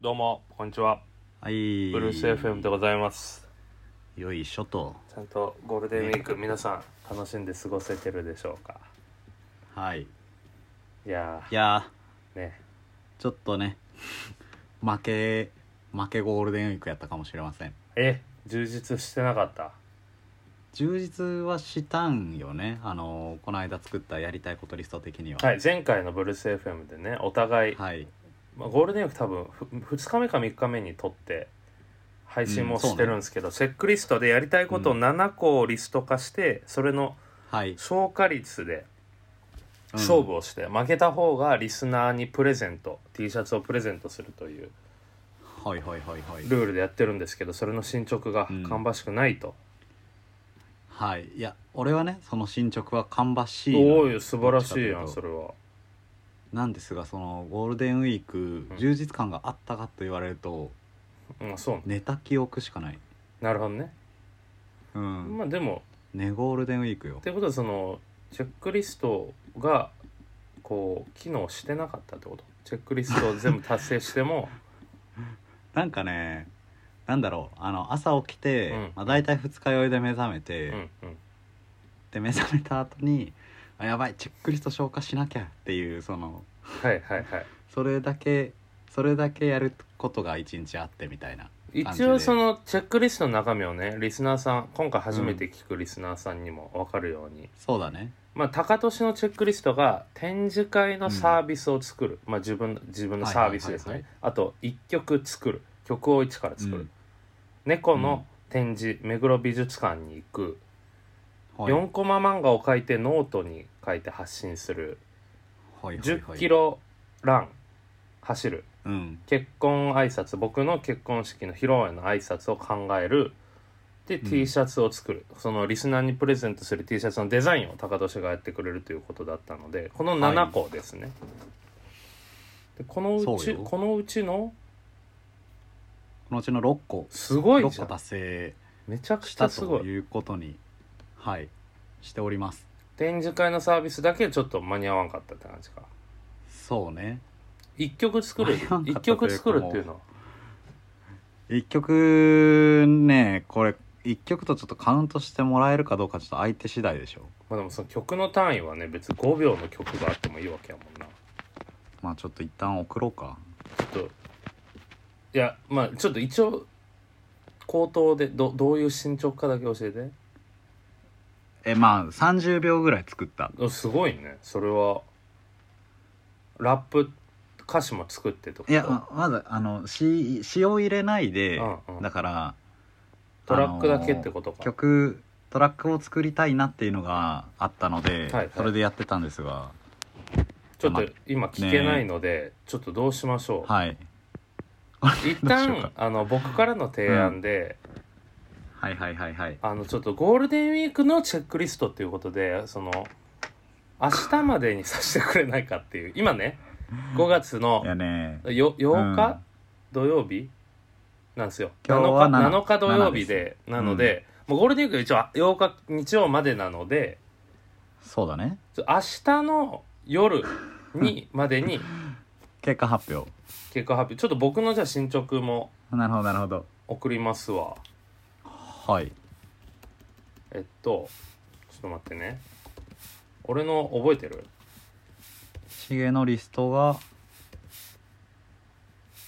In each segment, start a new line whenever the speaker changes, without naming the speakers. どうもこんにちは
はい。
ブルース FM でございます
よいしょと。
ちゃんとゴールデンウィーク皆さん楽しんで過ごせてるでしょうか
はい。い
いや
や
ーね
ー、ちょっとね、 負け、負けゴールデンウィークやったかもしれません。
え充実してなかった
充実はしたんよね。あのー、この間作ったやりたいことリスト的には。
はい前回のブルース FM でねお互い、
はい。
まあ、ゴールデンウィーク多分ふ2日目か3日目に撮って配信もしてるんですけど、チェックリストでやりたいことを
うん
7個をリスト化して、それの
はい。
消化率で
うん
勝負をして、負けた方がリスナーにプレゼント T シャツをプレゼントするという
はいはいはいはい。
ルールでやってるんですけどそれの進捗が
うん
芳しくないと、
はい。いや、俺はね、その進捗は芳しい
お
の
おい素晴らしいや
ど
ん
っち
そ
かと
れは
なんですが、そのゴールデンウィーク
うん、
充実感があったかと言われると、
うんそう
寝た記憶しかない。
なるほどね、
うん。
まあでも
寝ゴールデンウィークよ
っ。てことはそのチェックリストがこう機能してなかったってことチェックリストを全部達成して も
なんかねなんだろうあの朝起きて、
うん
まあ、大体二日酔いで目覚め
う
て、
んうん
で目覚めた後にあやばいチェックリスト消化しなきゃっていうその
はいはいはい
それだけそれだけやることが一日あってみたいな感じ
一
で
応そのチェックリストの中身をねリスナーさん今回初めて聞くリスナーさんにも分かるように、
そうだね
まあ高年のチェックリストが展示会のサービスを作る、まあ自分自分のサービスですね、
はいは
あと1曲作る曲を一から作る、
うん
猫の展示、目黒美術館に行く、
ほい
4コマ漫画を書いてノートに書いて発信する
ほいほい
1
ほ
0
い
キロラン走る
うん
結婚挨拶僕の結婚式の披露宴の挨拶を考えるで、
うん
T シャツを作るそのリスナーにプレゼントする T シャツのデザインを高年がやってくれるということだったのでこの7個ですね、でこのう
そ
ち
うよ
このうちの
このうちの6個
すごい
6
じゃ
個
ん
達成
めちゃく
し
ちゃ
た
すご
と
い
いうことにはいしております
展示会のサービスだけちょっと間に合わんかったって感じか
そうね
1曲作る
間に合わんか
1
ったというか
曲作るっていうのは
一曲ねこれ一曲とちょっとカウントしてもらえるかどうかちょっと相手次第でしょ
まあでもその曲の単位はね別に5秒の曲があってもいいわけやもんな
まあちょっと一旦送ろうか
ちょっといやまあちょっと一応口頭でどどういう進捗かだけ教えて
えまあ30秒ぐらい作った
おすごいねそれはラップ歌詞も作ってってこと
いやままずあの詞詞を入れないで、
うんうん
だから
トラックだけって
と
ことか、
曲トラックを作りたいなっていうのがあったので、
はいはい
それでやってたんですが
ちょっと今聞けないので、ちょっとどうしましょう、
はい
一
どうし
旦
よう
あの僕からの提案で、
はいはいはいはい
あのちょっとゴールデンウィークのチェックリストっていうことでその明日までにさせてくれないかっていう今ね5月の
いやね
よ8日、
うん
土曜日なんですよ
今日は
7, 日
7
7日土曜日でなので、もうゴールデンウィーク一応8日日曜までなので
そうだね
ちょ明日の夜にまでに
結果発表
結果発表ちょっと僕のじゃあ進捗も
なるほどなるほど
送りますわ
はい
えっとちょっと待ってね俺の覚えてる
シゲのリストが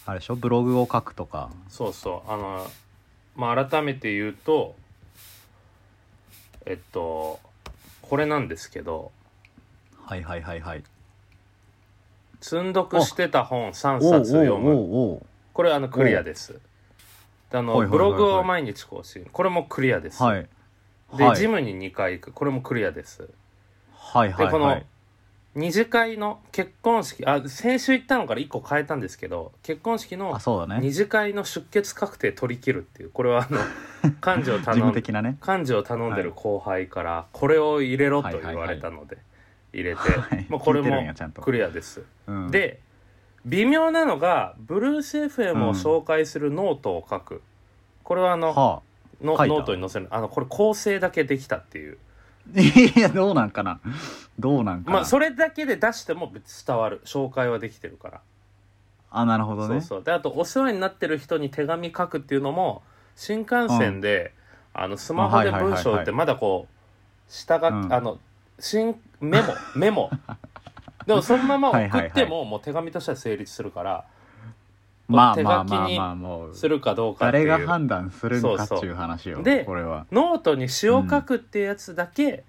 あれでしょブログを書くとか
そうそうあのまあ改めて言うとえっとこれなんですけど
はいはいはいはい
積読してた本3
おうおう
冊読む
おうおう
これあのクリアですあの、
はいはいはいはい
ブログを毎日更新これもクリアです、
はい
で、
はい
ジムに2回行くこれもクリアです
はいはい
でこ
は
の
い
二次会の結婚式あ先週行ったのから1個変えたんですけど結婚式の
あそうだね
二次会の出血確定取り切るっていうこれ はあの幹事を
事
頼
務
ん
的なね
幹事を頼んでる後輩からこれを入れろと言われたので入れて、
はい
まあ、これ
聞いてるんや
も
ちゃんと
クリアです
うん
で微妙なのがブルース FM を紹介するノートを書く、これはあの
はあ
の
書いた
ノートに載せるあのこれ構成だけできたっていう
いやどうなんかなどうなんかな
まあそれだけで出しても別に伝わる紹介はできてるから
あなるほど
そう
ね
そうであとお世話になってる人に手紙書くっていうのも新幹線で、あのスマホで
あはいはいはい
文
はい
章ってまだこう下が、
うん
あの新メモ メモでもそのまま送っても、
はいはいは
もう手紙としては成立するから
まあ
手書き
まあまあまあもう
するかどうかってい
誰
う
が判断するのかって
そう
い
そうう
話よ
で
これは
ノートに詩を書くっていうやつだけ、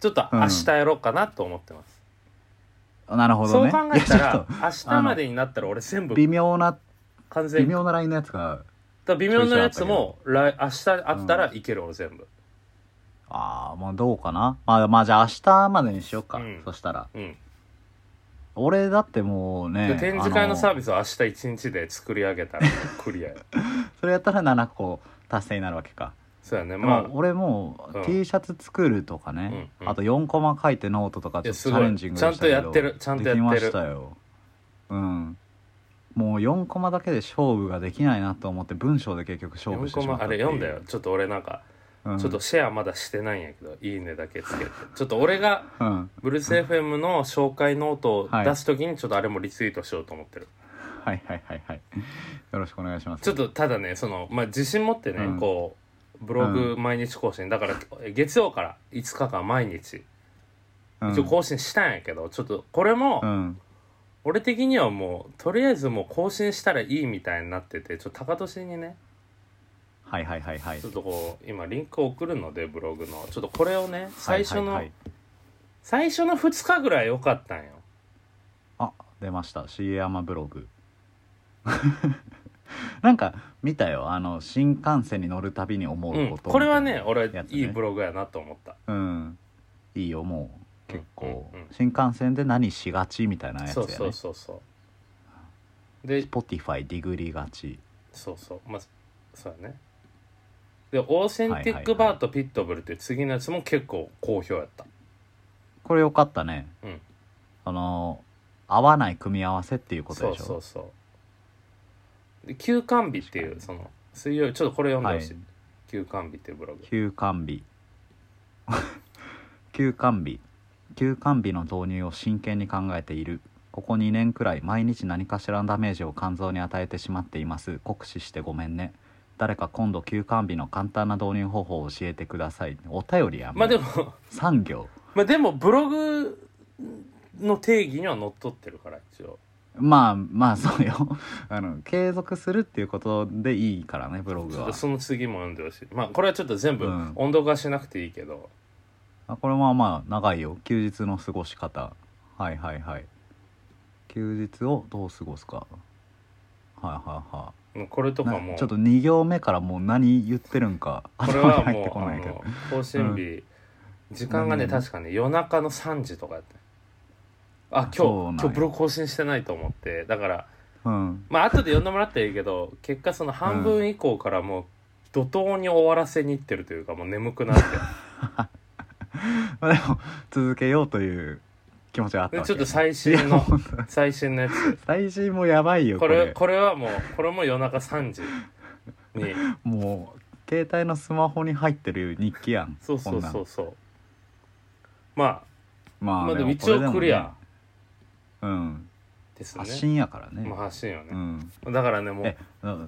ちょっと明日やろうかなと思ってます、
なるほ
そ
ど
う
ね
考えた
いやちょ
ら
っ
明日までになったら俺全
と
部
微妙な
完全
微
に
妙なラインのやつが
だから微妙なやつも来明日あったらいける俺全部
ああもうどうかなまあまあじゃあ明日までにしようか、
うん
そしたら
うん
俺だってもうね
で展示会のサー
ビ
ビスを明日一日で作り上げたらクリアよ
スそれやったら7個達成になるわけか
そうやね
で
まあ
も俺も
うん
う T シャツ作るとかね、
うんうん
あと4コマ書いてノートとか
い
ちょ
や
っとチ
すごい
ャレンジングでしたけど
ちゃんとやってるちゃんとやってる
できましたようんもう4コマだけで勝負ができないなと思って文章で結局勝負
4
して
コ
しま
マ
った
あ
って
れ
いう
読んだよ、ちょっと俺なんか、
うん
ちょっとシェアまだしてないんやけど「いいね」だけつけてちょっと俺が
うん
ブルース FM の紹介ノートを
はい
出す時にちょっとあれもリツイートしようと思ってる、
はいはいはいはいよろしくお願いします
ちょっとただねその、まあ、自信持ってね、
うん
こうブログ毎日更新だから月曜から5日間毎日
うん
一応更新したんやけど、ちょっとこれも、
うん
俺的にはもうとりあえずもう更新したらいいみたいになっててちょっと高年にね
はいはいはいはい
ちょっとこう今リンクを送るのでブログのちょっとこれをね最初の、
はいはいはい
最初の2日ぐらい良かったんよ
あ出ました「重山ブログ」 なんか見たよあの新幹線に乗るたびに思
う
うんこと、
これはね俺
やつね
いいブログやなと思った
うんいいよもう結構、
うんうんうん
新幹線で何しがちみたいなやつや
そう
ね
そうそうそうで
Spotify ディグリがち
そうそうまあそうだねでオーセンティックバーとピットブルっていう次のやつも結構好評やった
これよかったね、
うん
その合わない組み合わせっていうこと
そ
で
う
しょ
そうそうで休館日っていうその水曜日ちょっとこれ読んでほしい、
は
休館日っていうブログ
休館日 休館日休館日の導入を真剣に考えているここ2年くらい毎日何かしらのダメージを肝臓に与えてしまっています酷使してごめんね誰か今度休館日の簡単な導入方法を教えてくださいお便りや
まあで
も
も
産業
まあでもブログの定義にはのっとってるから一応
まあまあそうよ あの継続するっていうことでいいからねブロ
ち
グ
ょっ
は
とその次も読んでほしいまあこれはちょっと全部
うん
音読はしなくていいけど、
あこれはまあ長いよ休日の過ごし方はいはいはい休日をどう過ごすかはいはいは
もうこれと
い
かも
なちょっと2行目からもう何言ってるんか
これ
頭に
は
入って
もう
こ
あ
ないけど
の更新日、時間がね
うん
確かね夜中の3時とかやったあ
そうなん
今
や
日今日ブログ更新してないと思ってだから
うん
まあ後で読んでもらったらいいけど結果その半分以降からもう怒涛に終わらせにいってるというかもう眠くなって
まあでも続けようという気持ちはあった
で
わけ
ちょっと最
い
新
や
の
もう
最新のやつ
最新もやばいよ
こ
これ
れこれはもうこれも夜中3時に
もう携帯のスマホに入ってる日記やん
そうそ
こ
うん
なの
そうそうま
ま
あ
あ、
まあでも
こ
一
れで
応
もね
クリア
うん
です
発
ね
信やからね、
まあ発信よね
うん
だからねもう
え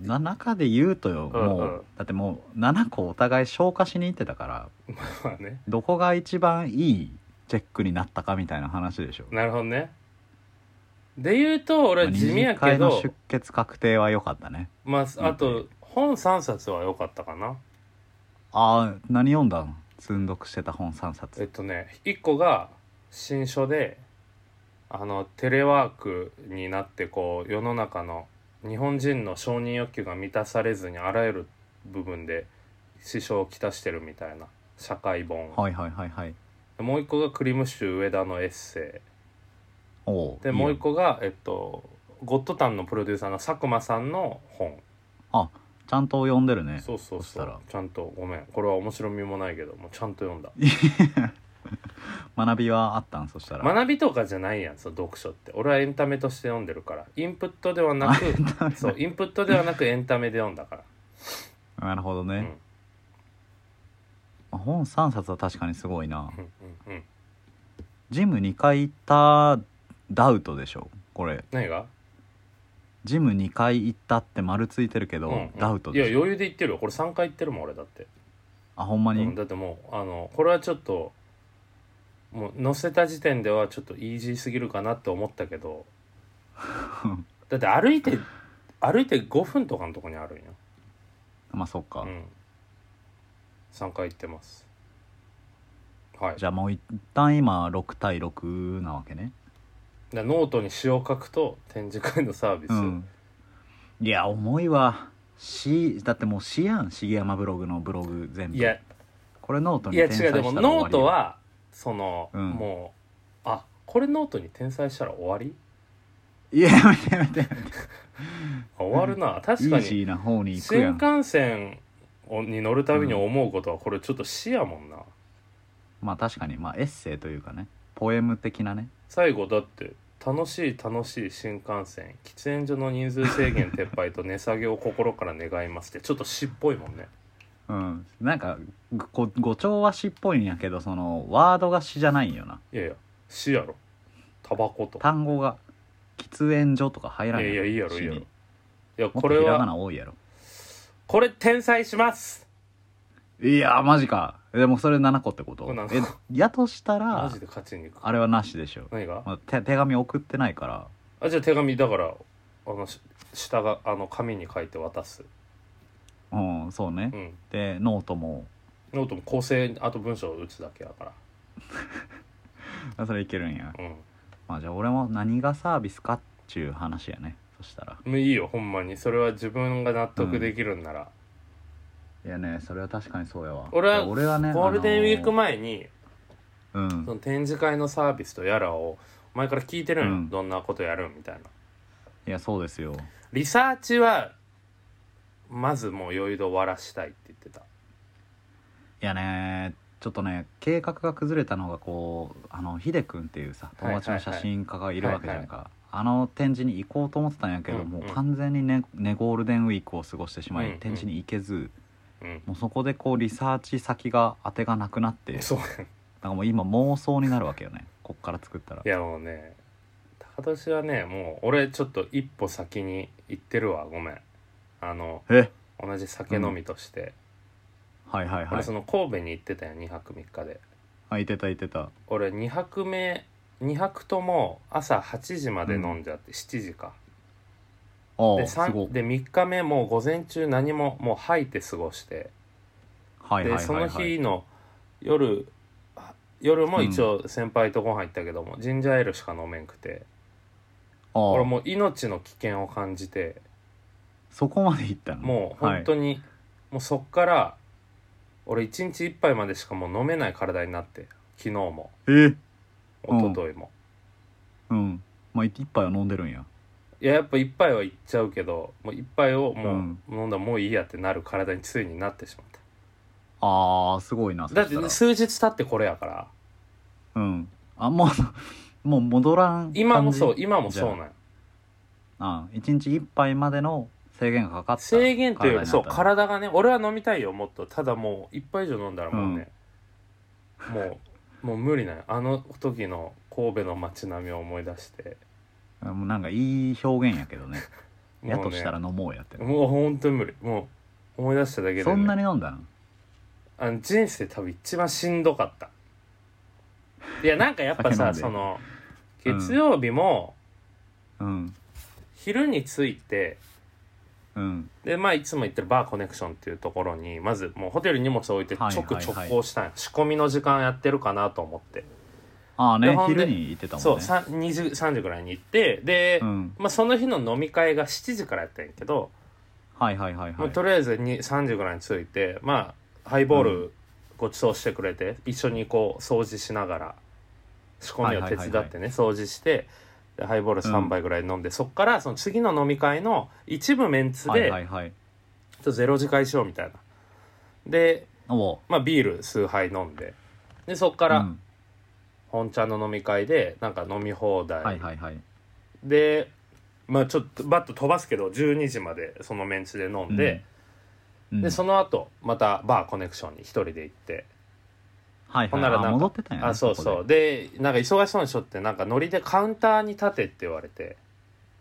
な中で言うとよ、
うん
も
うん
うだってもう7個お互い消化しに行ってたから
まあね
どこが一番いいチェックになったかみたいな話でしょ
なるほどねで言うと俺は地味や
ま
け
あ二次会の
ど
出血確定は良かったね
まああと本3冊は良かったかな
ああ何読んだの積んどくしてた本3
えっ
冊
とね1個が新書であのテレワークになってこう世の中の日本人の承認欲求が満たされずにあらゆる部分で支障をきたしてるみたいな社会本、
はいはいはいはい
もう1個がクリムシュ上田のエッセ
おう
イで
いいよ
もう1個がえっとゴッドタンのプロデューサーの佐久間さんの本
ちゃんと読んでるね
そうそう
そした
そ
ら
うちゃんとごめんこれは面白みもないけどもうちゃんと読んだ
学びはあったんそしたら、
学びとかじゃないやんそう読書って俺はエンタメとして読んでるからインプットではな
あ
くそうインプットではなくエンタメで読んだから
なるほど
うん
ね、まあ本3冊は確かにすごいな
うんうんうん
ジム2回行ったダウトでしょこれ
何が
ジム2回行ったって丸ついてるけど、
うん
ダウト
いや
でしょ
余裕で言ってるよこれ3回言ってるもん俺だって、
あほんまに、
うんだってもうあのこれはちょっともう載せた時点ではちょっとイージーすぎるかなって思ったけど だって歩いて歩いて5分とかのとこにあるんよ、
まあそっか、
うん、3回行ってますはい
じゃあもう一旦今6対6なわけね
でノートに詩を書くと展示会のサービス、
うんいや重いわしだってもうしやん茂山ブログのブログ全部
いや
これノート
い
に
や
転載
違うでも
したら終わ
ノー
りよ
トはその、
うん
もうあこれノートに転載したら終わり
いややめてやめて
あ終わるな、
イ
確か
ージ
に
ーな方に行くや
新
ん
幹線をに乗るたびに思うことはこれちょっと死やもんな、
まあ確かにまあエッセイというかねポエム的なね
最後だって楽しい楽しい新幹線喫煙所の人数制限撤廃と値下げを心から願いますってちょっと詩っぽいもんね
うんなんかご語調は詩っぽいんやけどそのワードが詩じゃないんよない
やいや死やろタバコと
単語が喫煙所とか入らない
いやいやいいやろい
詩
いやろ
に
いや
もっ
ことれ
ひらが
は
な多いやろ
これ転載します
いやーマジかでもそれ7個ってこ
ことれ7個
えやとした
マ
ら
ジで勝ちに行く
あれはなしでしょ、
何が
まあ、手手紙送ってないから
あじゃあ手紙だからあのし下があの紙に書いて渡す
うんそうね
う、ん
でノートも
ノートも構成あと文章を打つだけだか
あそれいけるんや
らうん
まあじゃあ俺も何がサービスかっちゅう話やねそしたら
もういいよほんまにそれは自分が納得できるんなら、
いやねそれは確かにそうやわ
俺は
で俺はね
ゴールデンウィーク
も
前に
うん
その展示会のサービスとやらをお前から聞いてるんよ、
うん
どんなことやるんみたいない
やそうですよ
リサーチはまずもう余裕で終わらしたいって言ってた
いやねちょっとね計画が崩れたのがこうあのヒデ君っていうさ友達の写真家がいるわけじゃんか、あの展示に行こうと思ってたんやけど、
うん
もううん完全にねねゴールデンウィークを過ごしてしまい、
うんうん
展示に行けず
うん
もうそこでこうリサーチ先が当てがなくなってなん
そう
かもう今妄想になるわけよねこっから作ったら
いやもうね高年はねもう俺ちょっと一歩先に行ってるわごめんあの
え
同じ酒飲みとして、
はいはいは
俺
い
その神戸に行ってたよ2泊3日で
あいてたいてた
俺2泊目2泊とも朝8時まで飲んじゃって、7時か
お
で
おす
三
ごい
で3日目もう午前中何ももう吐いて過ごして、
はいはいはいはい
でその日の夜あ夜も一応先輩とご飯行ったけども、ジンジャーエールしか飲めんくて
ああ
俺もう命の危険を感じて
そこまで行ったの
もう本当
に、
に、もうそっから俺1日1杯までしかもう飲めない体になって昨日も
はい、えうん
一昨日も、
うんまあ一杯は飲んでるんや
いややっぱ一杯はいっちゃうけどもう一杯をもう、
うん
飲んだらもういいやってなる体についになってしまっ
あーすごいな
ただって
そしたら
数日経ってこれやから
うんあもうもう戻らん
今もそう
感じ
今もそうなんよ
あ一日一杯までの制限がかかった
制限というよりそう
体にな
体
っ
がね俺は飲みたいよもっとただもう一杯以上飲んだらもうね、もうもう無理なんよあの時の神戸の街並みを思い出して
たのもうなんかいい表現やけどね
もうね
やとしたら飲もうやって、
もう本当に無理もう思い出しただけで、ね、
そんなに飲んだの
あの人生多分一番しんどかったいやなんかやっぱ
酒飲ん
さ
で
その
うん
月曜日も
うん
昼に着いて、
うん
でまあいつも行ってるバーコネクションっていうところにまずもうホテルに荷物置いて
はい
直
はいはい
直行したんよ、仕込みの時間やってるかなと思って、
ああ
で
ね
ほんで
昼に行ってたもんね
そうさん20 3時ぐらいに行ってで、
うん、
まあ、その日の飲み会が7時からやったんやけど、
はいはいはいは
もう
い
とりあえずに3時ぐらいに着いてまあハイボールご馳走してくれて、一緒にこう掃除しながら仕込みを手伝ってね、
はいはいはい
掃除してでハイボール3杯ぐらい飲んで、そっからその次の飲み会の一部メンツ
はい
で
はいはい
ちょっとゼロ次会しようみたいなで、
おう
まあ、ビール数杯飲んででそっから
うん
本茶の飲み会でなんか飲み放題、
はいはいはい
でまあちょっとバッと飛ばすけど12時までそのメンツで飲んで、、
うんうん
でその後またバーコネクションに一人で行って、
はい
ほ
は
ん
い
ならなんか
あ戻ってたんやね
あそう
こ
そ
こ
う
で
でなんか忙しそうにしょってなんかノリでカウンターに立てって言われて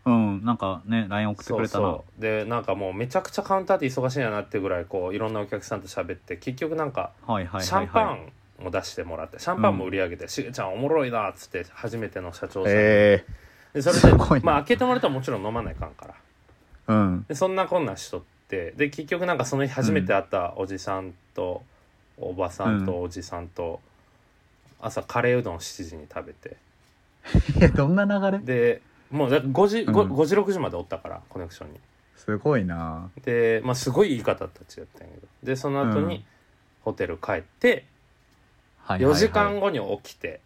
うんなんかね LINE 送って
そ
く
う
れたな
そうでなんかもうめちゃくちゃカウンターって忙しいんやなってぐらいこういろんなお客さんと喋って結局なんか
はいはいはいはい
シャンパンも出してもらってシャンパンも売り上げて「しげちゃんおもろいな」っつって初めての社長さんに、
え
でそれ
す
で
ごいな
まあ開けてもらったらもちろん飲まないかんから
えうん
でそんなこんなんしとってで結局なんかその日初めて会ったおじさんと、おばさん
う
とおじさんと、朝カレーうどん7時に食べて
えどんな流れ
でもうだ5時 5,
うん
時6時までおったからコネクションに
すごいな
で、まあ、すごいいい方たちやったんやけどでその後
うん
にホテル帰って
はいはいはい
4時間後に起きて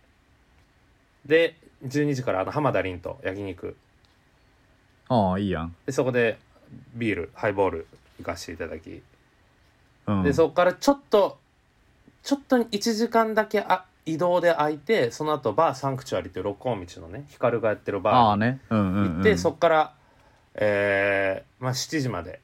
で12時からあの浜田凛と焼肉
ああいいやん、
でそこでビールハイボール行かせていただき
うん、
でそこからちょっとちょっと1時間だけあ移動で空いてその後バーサンクチュアリっていう六本道のね光がやってる
あ
バ
あねうんう
ー
ん、
に
うん、
行って、そこから、えーまあ、7時まで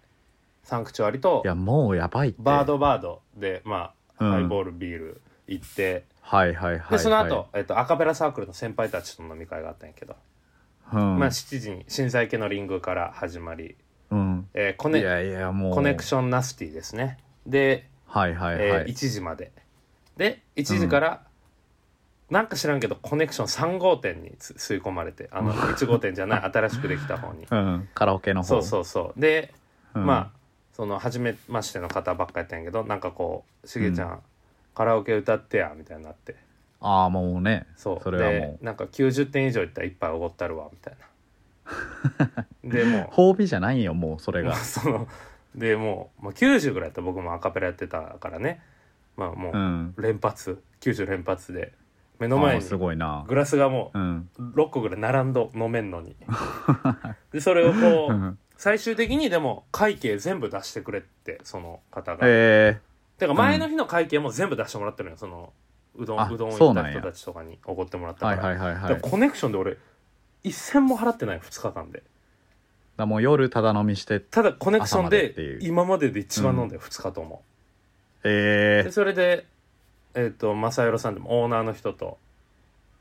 サンクチュアリと
いやもうやばいって
バードバードで、まあ
うん
ハイボールビール行って
はいはいはい、はい、
でその後、えっとアカペラサークルの先輩たちとの飲み会があったんやけど、
うん、
まあ、7時に新在家のリングから始まり、
うん、
えーコ
い
ネ
やいやもう
コネク
ョン
ションナスティですねで
はいはいはい、
えー1時までで1時から、なんか知らんけどコネクション3号店につ吸い込まれてあの1号店じゃない 新しくできた方に
うん、カラオケの方
そうそうそうで、
う、ん、
まあその初めましての方ばっかやったんやけどなんかこう「しげちゃん、カラオケ歌ってや」みたいになって
ああもうね
そう
それはも
でなんか90点以上いったら一杯おごったるわみたい なでも
褒美じゃないよもうそれ
うもう
が
そのでもう、まあ、90ぐらいやったら僕もアカペラやってたからねまあもう、
うん
連発90連発で目の前
あー
に
すごいな
グラスがも
うん
う6個ぐらい並んど飲めんの にでそれをこ
う
うん最終的にでも会計全部出してくれってその方が、
え
てか前の日の会計も全部出してもらってるのよそのうど
あ
んうどんを
そ
行
う
っ
なん
た
や
人たちとかにおごってもらっ
ー、
た
は
か
い
ら,、
はいはいはいだ
だ
か
からコネクションで俺一銭も払ってない2日間で
らもう夜ただ飲みして
ただコネクション
朝までってい
で
う
今までで一番飲んだよ2日とも、
ええ
で
ー、
それでえっ、と正弘さんでもオーナーの人と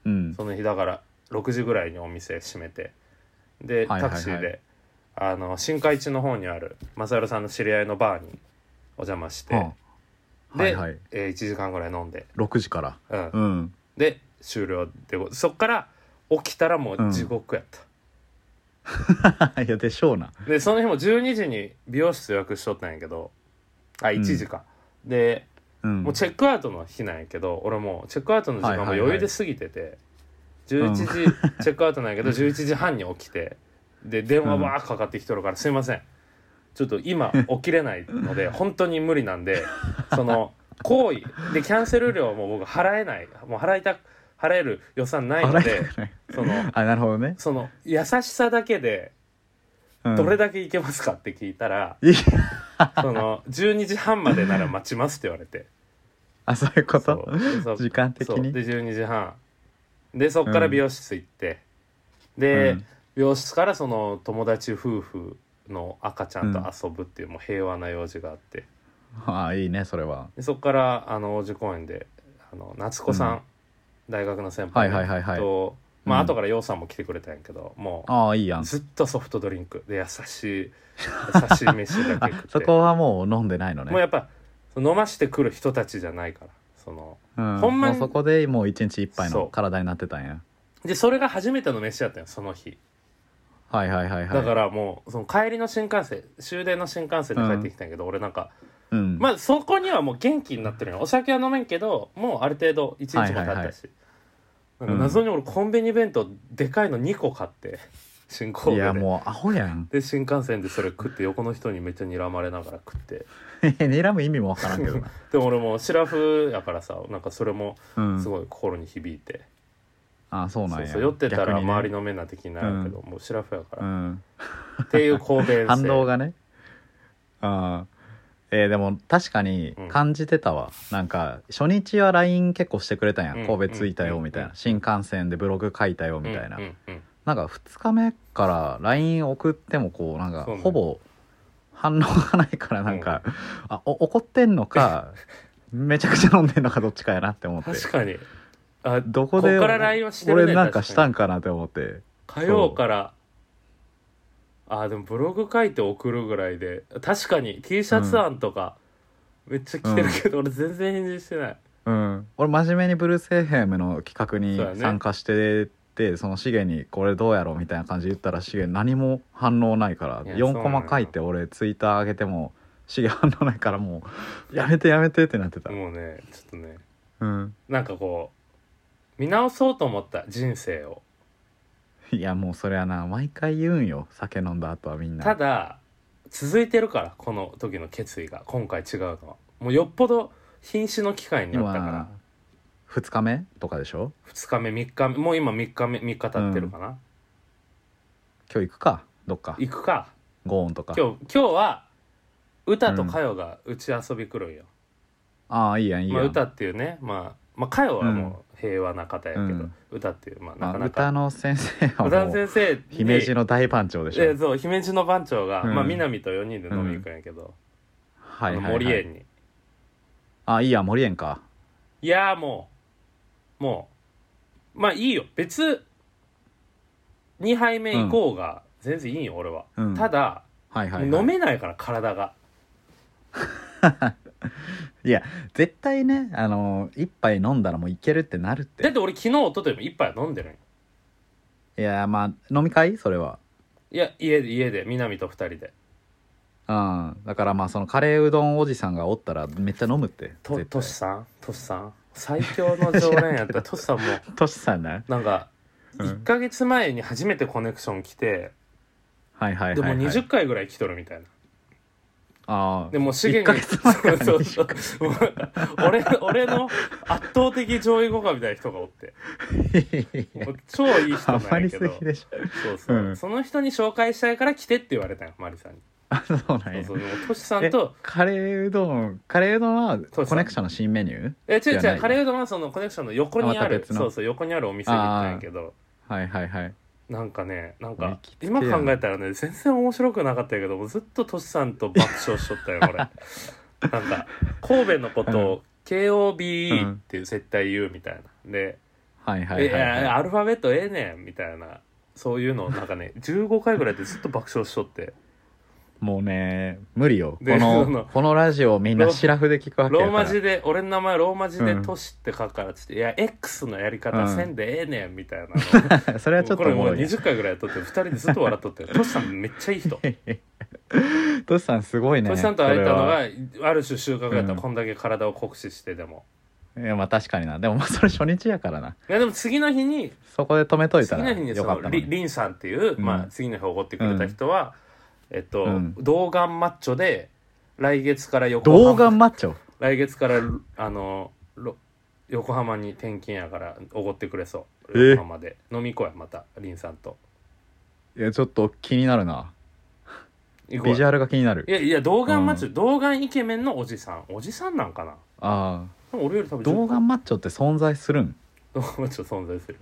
うん
その日だから6時ぐらいにお店閉めてで
はいはいはい
タクシーで、あの新海地の方にあるマサルさんの知り合いのバーにお邪魔して、
はあ
で、
はいはい
えー1時間ぐらい飲んで、
6時から
うん
うん
で終了でごそっから起きたらもう地獄やった、
いやでしょうな
でその日も12時に美容室予約しとったんやけどあ1時か、で
うん
もうチェックアウトの日なんやけど俺もうチェックアウトの時間も
はいはい
余
はい
裕で過ぎてて、11時、チェ ックアウトなんやけど11時半に起きてで電話ばーっかかってきとるから「すいませんちょっと 今起きれないので本当に無理なんでその行為でキャンセル料はもう僕払えないもう払いたく払える予算ないの
笑
で
えてない
その
あなるほどね、
その優しさだけで
うん、
どれだけいけますかって聞いたら、
いや
その12時半までなら待ちますって言われて。
あそういうこ
そ
と
うでそ
時間的
そう
に
で12時半でそっから美容室行って、で、
うん
美容室からその友達夫婦の赤ちゃんと遊ぶっていう、もう平和な用事があって
ああいいねそれは
でそっからあの王子公園であの夏子さん、
うん
大学の先輩
はいはいはいはい
とまあ、
うん
後から陽さんも来てくれたんやけども
ああいいや
うんずっとソフトドリンクで優し い優しい飯だ
あ
け食って
そこはもう飲んでないのね
もうやっぱその飲ましてくる人たちじゃないからその
うん、
ほんまに
もうそこでもう一日一杯
そ
の
う
体になってたんや
でそれが初めての飯だったよその日
はいはいはいはい
だからもうその帰りの新幹線終電の新幹線で帰ってきたんやけど、俺なんか
うん、
まあそこにはもう元気になってるよお酒は飲めんけどもうある程度一日も経ったし、
はいはいはい
なんか謎に俺コンビニ弁当でかいの2個買って新神戸
い
で
やもうアホやん
で新幹線でそれ食って横の人にめっちゃ睨まれながら食って
睨む意味もわからん けどな、
でも俺もシラフやからさなんかそれも
うん、
すごい心に響いて、
ああそうなん
そ
や
うそう酔ってたら
逆にね
周りの目な敵になるけど、もうシラフやから、
う
っ
ん、
ていう 神戸遠征
反動がねああえー、でも確かに
うん
感じてたわ、なんか初日は LINE 結構してくれたんや、
うん
神戸着いたよみたいな、
うんうん
新幹線でブログ書いたよみたいな、
うんうんうん
なんか2日目から LINE 送ってもこうなんか
そうね
ほぼ反応がないからなんか、あお怒ってんのかめちゃくちゃ飲んでんのかどっちかやなって思って
確かにあ
どこ
こ
で
っから LINE はしてるね
俺なんかしたんかなって思って
火曜からあーでもブログ書いて送るぐらいで確かに T シャツ案とかめっちゃ来てるけど、俺全然返事してない
うん、俺真面目にブルース・エイヘムの企
そう
画
だ
に
ね
参加しててそ,、のシゲに「これどうやろう?」みたいな感じで言ったらシゲ何も反応ないから
いや
4コマ書いて俺ツイッター上げてもシゲ反応ないからもう「やめてやめて」ってなってた
もうねちょっとね
うん
なんかこう見直そうと思った人生を
いやもうそれはな毎回言うんよ酒飲んだ後はみんな
ただ続いてるからこの時の決意が今回違うのはもうよっぽど瀕死の機会になったから
今2日目とかでしょ
2日目3日目もう今3日目3日経ってるかな、
今日行くかどっか
行くか
ゴーンとか
今日今日は歌と歌謡がうち遊び来るんよ、
ああいいやんいいや
ま
ん
あ、歌っていうね、まあ、まあ歌謡はもう平和な方やけど、
うん
歌っていうまあ
ま
な
あ
かな
歌
か
の先生は
歌
も
の先
う
生に
姫路の大番長でしょ、
えーそう姫路の番長が、
うん
まあ南と4人で飲み行くんやけど、
はいは
あ
い、は
の
い、
森園に
あいいや森園か
いやーもうもうまあいいよ別2杯目行こうが全然いいよ俺は、
うん
ただ、
はいはい、
もう
は
飲
い、
めないから体が
絶対ねあの一杯飲んだらもういけるってなるっ
だってて俺昨日一昨日も一杯飲んでるんよ
いやまあ飲み会それはい
や家で家で南と2人で
うんだからまあそのカレーうどんおじさんがおったらめっちゃ飲むって
と
絶
ト
対
シさんトシさん最強の常連やったトシさんも
トシさんね
なんか
うん
1ヶ月前に初めてコネクション来て、
はいはいはい、はい、
でも20回ぐらい来とるみたいな
ああ
でも資源が
1ヶ月前か ら
そうそうそうもう俺俺の圧倒的上位互換みたいな人がおってもう超いい人 な
あま
んや
り
け
す
ど
ぎでしょ
そうそう、
うん
その人に紹介したいから来てって言われたよマリさんに
あそうなん
そう
や
そうでもトシさんと
カレーうどんカレーうどんは
さん
コネクションの新メニュー
え違う
じゃ
違
な
う
い
カレーうどんはそのコネクションの横にあ
あまた
る
別の
そうそう横にあるお店に行ったんやけど
はいはいはい
なんかねなん
俺
か
きつけや
今
な
考えたらね全然面白くなかったけどもうずっとトシさんと爆笑しとったよ これなんか神戸のことを KOBE って絶対言うみたいなで
は
「
いはいいはい
やい
はい
やアルファベットええねん」みたいなそういうのをなんかね15回ぐらいでずっと爆笑しとって
もうね無理よこ
でその
のこのラジオみんなシラフで聞くわけ
ロ
や
ー
から
マ字で俺の名前ローマ字で「
うん
トシ」って書くからっつって「いや X のやり方
うん
せんでええねん」みたいなの
それはちょっ
ことれ
おも
もう
ろいね
20回ぐらいやっとって2人でずっと笑っとってトシさんめっちゃいい人
トシさんすごいね
トシさんと会えたの
それは
がある種収穫やったら
うん
こんだけ体を酷使してでも、
いやまあ確かになでもまあそれ初日やからない
やでも次の日に
そこで止めといた
次
ら
の日に
よ
そ
かっ
の
たの
り
に
りんさんっていう、
うん
まあ、次の日おごってくれた人は、えっと、
うん
童顔マッチョで来月から横浜
童顔マッチョ
来月からあのろ横浜に転勤やからおごってくれそう
え
横浜で飲み行こうやまたりんさんと
いやちょっと気になるな
行こう
ビジュ
や
アルが気になる
いやいや童顔マッチョ、童顔イケメンのおじさんおじさんなんかな
あ
でも俺より多
あ
分
童顔マッチョって存在するん
動物存在する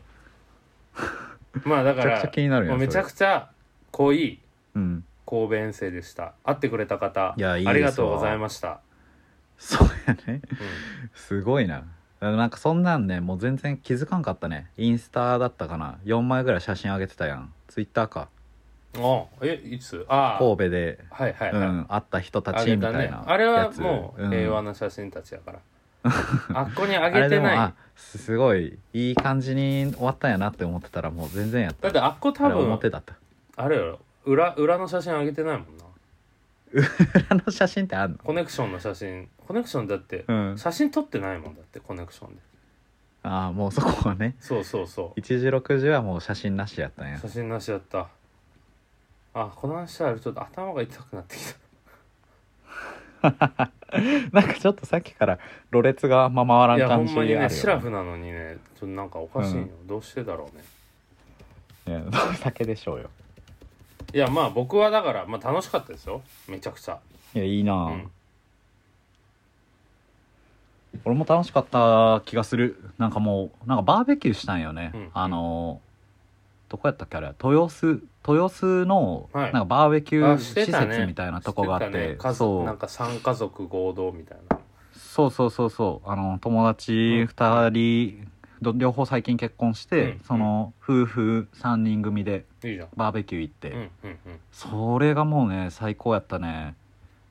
まあだか
めちゃくちゃ
ら
気になるや
もうんめちゃくちゃ濃い
うん
神戸遠征でした会ってくれた方
いやいいですわ
ありがとうございました、
そうやね
うん
すごいななんかそんなんねもう全然気づかんかったねインスタだったかな4枚ぐらい写真上げてたやんツイッターか
あえいつああ
神戸で、
はいはいは
う
い、
ん、会った人た
あ
ち
げ
みた
た
いな
ね
やつ
あれはもう平和
ん
な写真たちや から、あっこにあ
あ
げ
れで
て
も
ない
あすすごいいい感じに終わったんやなって思ってたらもう全然やった
だってあっこ
あ
多
れ
分
表だった
あれよ裏裏の写真あげてないもんな
裏の写真ってあんの
コネクションの写真コネクションだって
うん
写真撮ってないもんだってコネクションで
ああもうそこはね
そうそうそう
1時6時はもう写真なしやったんや
写真なしだったあこの話したらちょっと頭が痛くなってきた
なんかちょっとさっきからろれつがあんま回
い
ら
やほ
ん感
ん
じ
まに
あ
ね
るよ
シラフなのにねちょっとなんかおかしいよ、
う
どうしてだろうね
いや酒でしょうよ
いやまあ僕はだから、まあ、楽しかったですよめちゃくちゃ、
いやいいな
う
あ、
ん、
俺も楽しかった気がするなんかもうなんかバーベキューしたんよね、
うん
あのーどこやったっけあれ豊洲豊洲の
は
なん
い
かバーベキュー
あ
施
してたね
設みたいなとこがあって,、
してたね家
そ
族なん
う
か3家族合同みたいな
そうそうそうそうあの友達2人ど両方最近結婚して、
うん
その夫婦3人組で
いいじゃん
バーベキュー行って、
うんうんうん
それがもうね最高やったね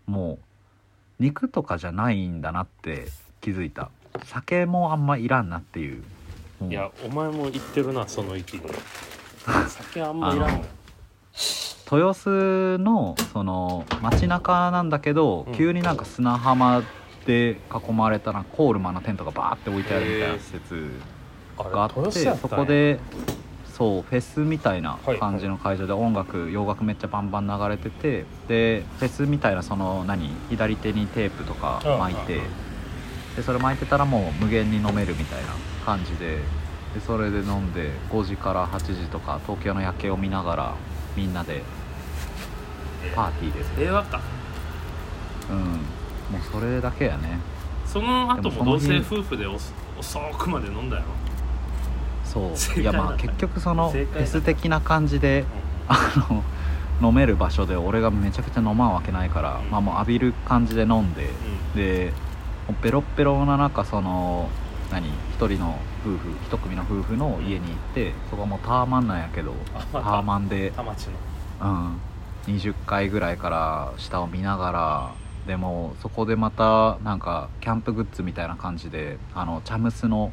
もう肉とかじゃないんだなって気づいた酒もあんまいらんなっていう、もう
いやお前も言ってるなその域に酒あんまいらん
あの豊洲のその街中なんだけど、
うん
急になんか砂浜で囲まれたなコールマンのテントがバーって置いてあるみたいな施設があ
あ
っ
れ豊洲
て、
やった
そ
んや
こでそうフェスみたいな
はい
感じの会場で音楽、洋楽めっちゃバンバン流れててでフェスみたいなその何左手にテープとか巻いて、
うんうん
でそれ巻いてたらもう無限に飲めるみたいな感じででそれで飲んで5時から8時とか東京の夜景を見ながらみんなでパーティーです、
平和か
うんもうそれだけやね
その後
で
も
も
同
そ
性
の日
夫婦でおそ遅くまで飲んだよ、
そ
正
う
解
いや
だ
まあ
った
結局そのフ
正解だった
ェス的な感じであの飲める場所で俺がめちゃくちゃ飲まんわけないから、
うん
まあもう浴びる感じで飲んで
う
でもうベロッベロな中その何一人の夫婦一組の夫婦の家に行って、そこはもうタワマンなんやけど
あ
タ
また
ワマンで
ん、田町の
うん、20階ぐらいから下を見ながらでもそこでまたなんかキャンプグッズみたいな感じであのチャムスの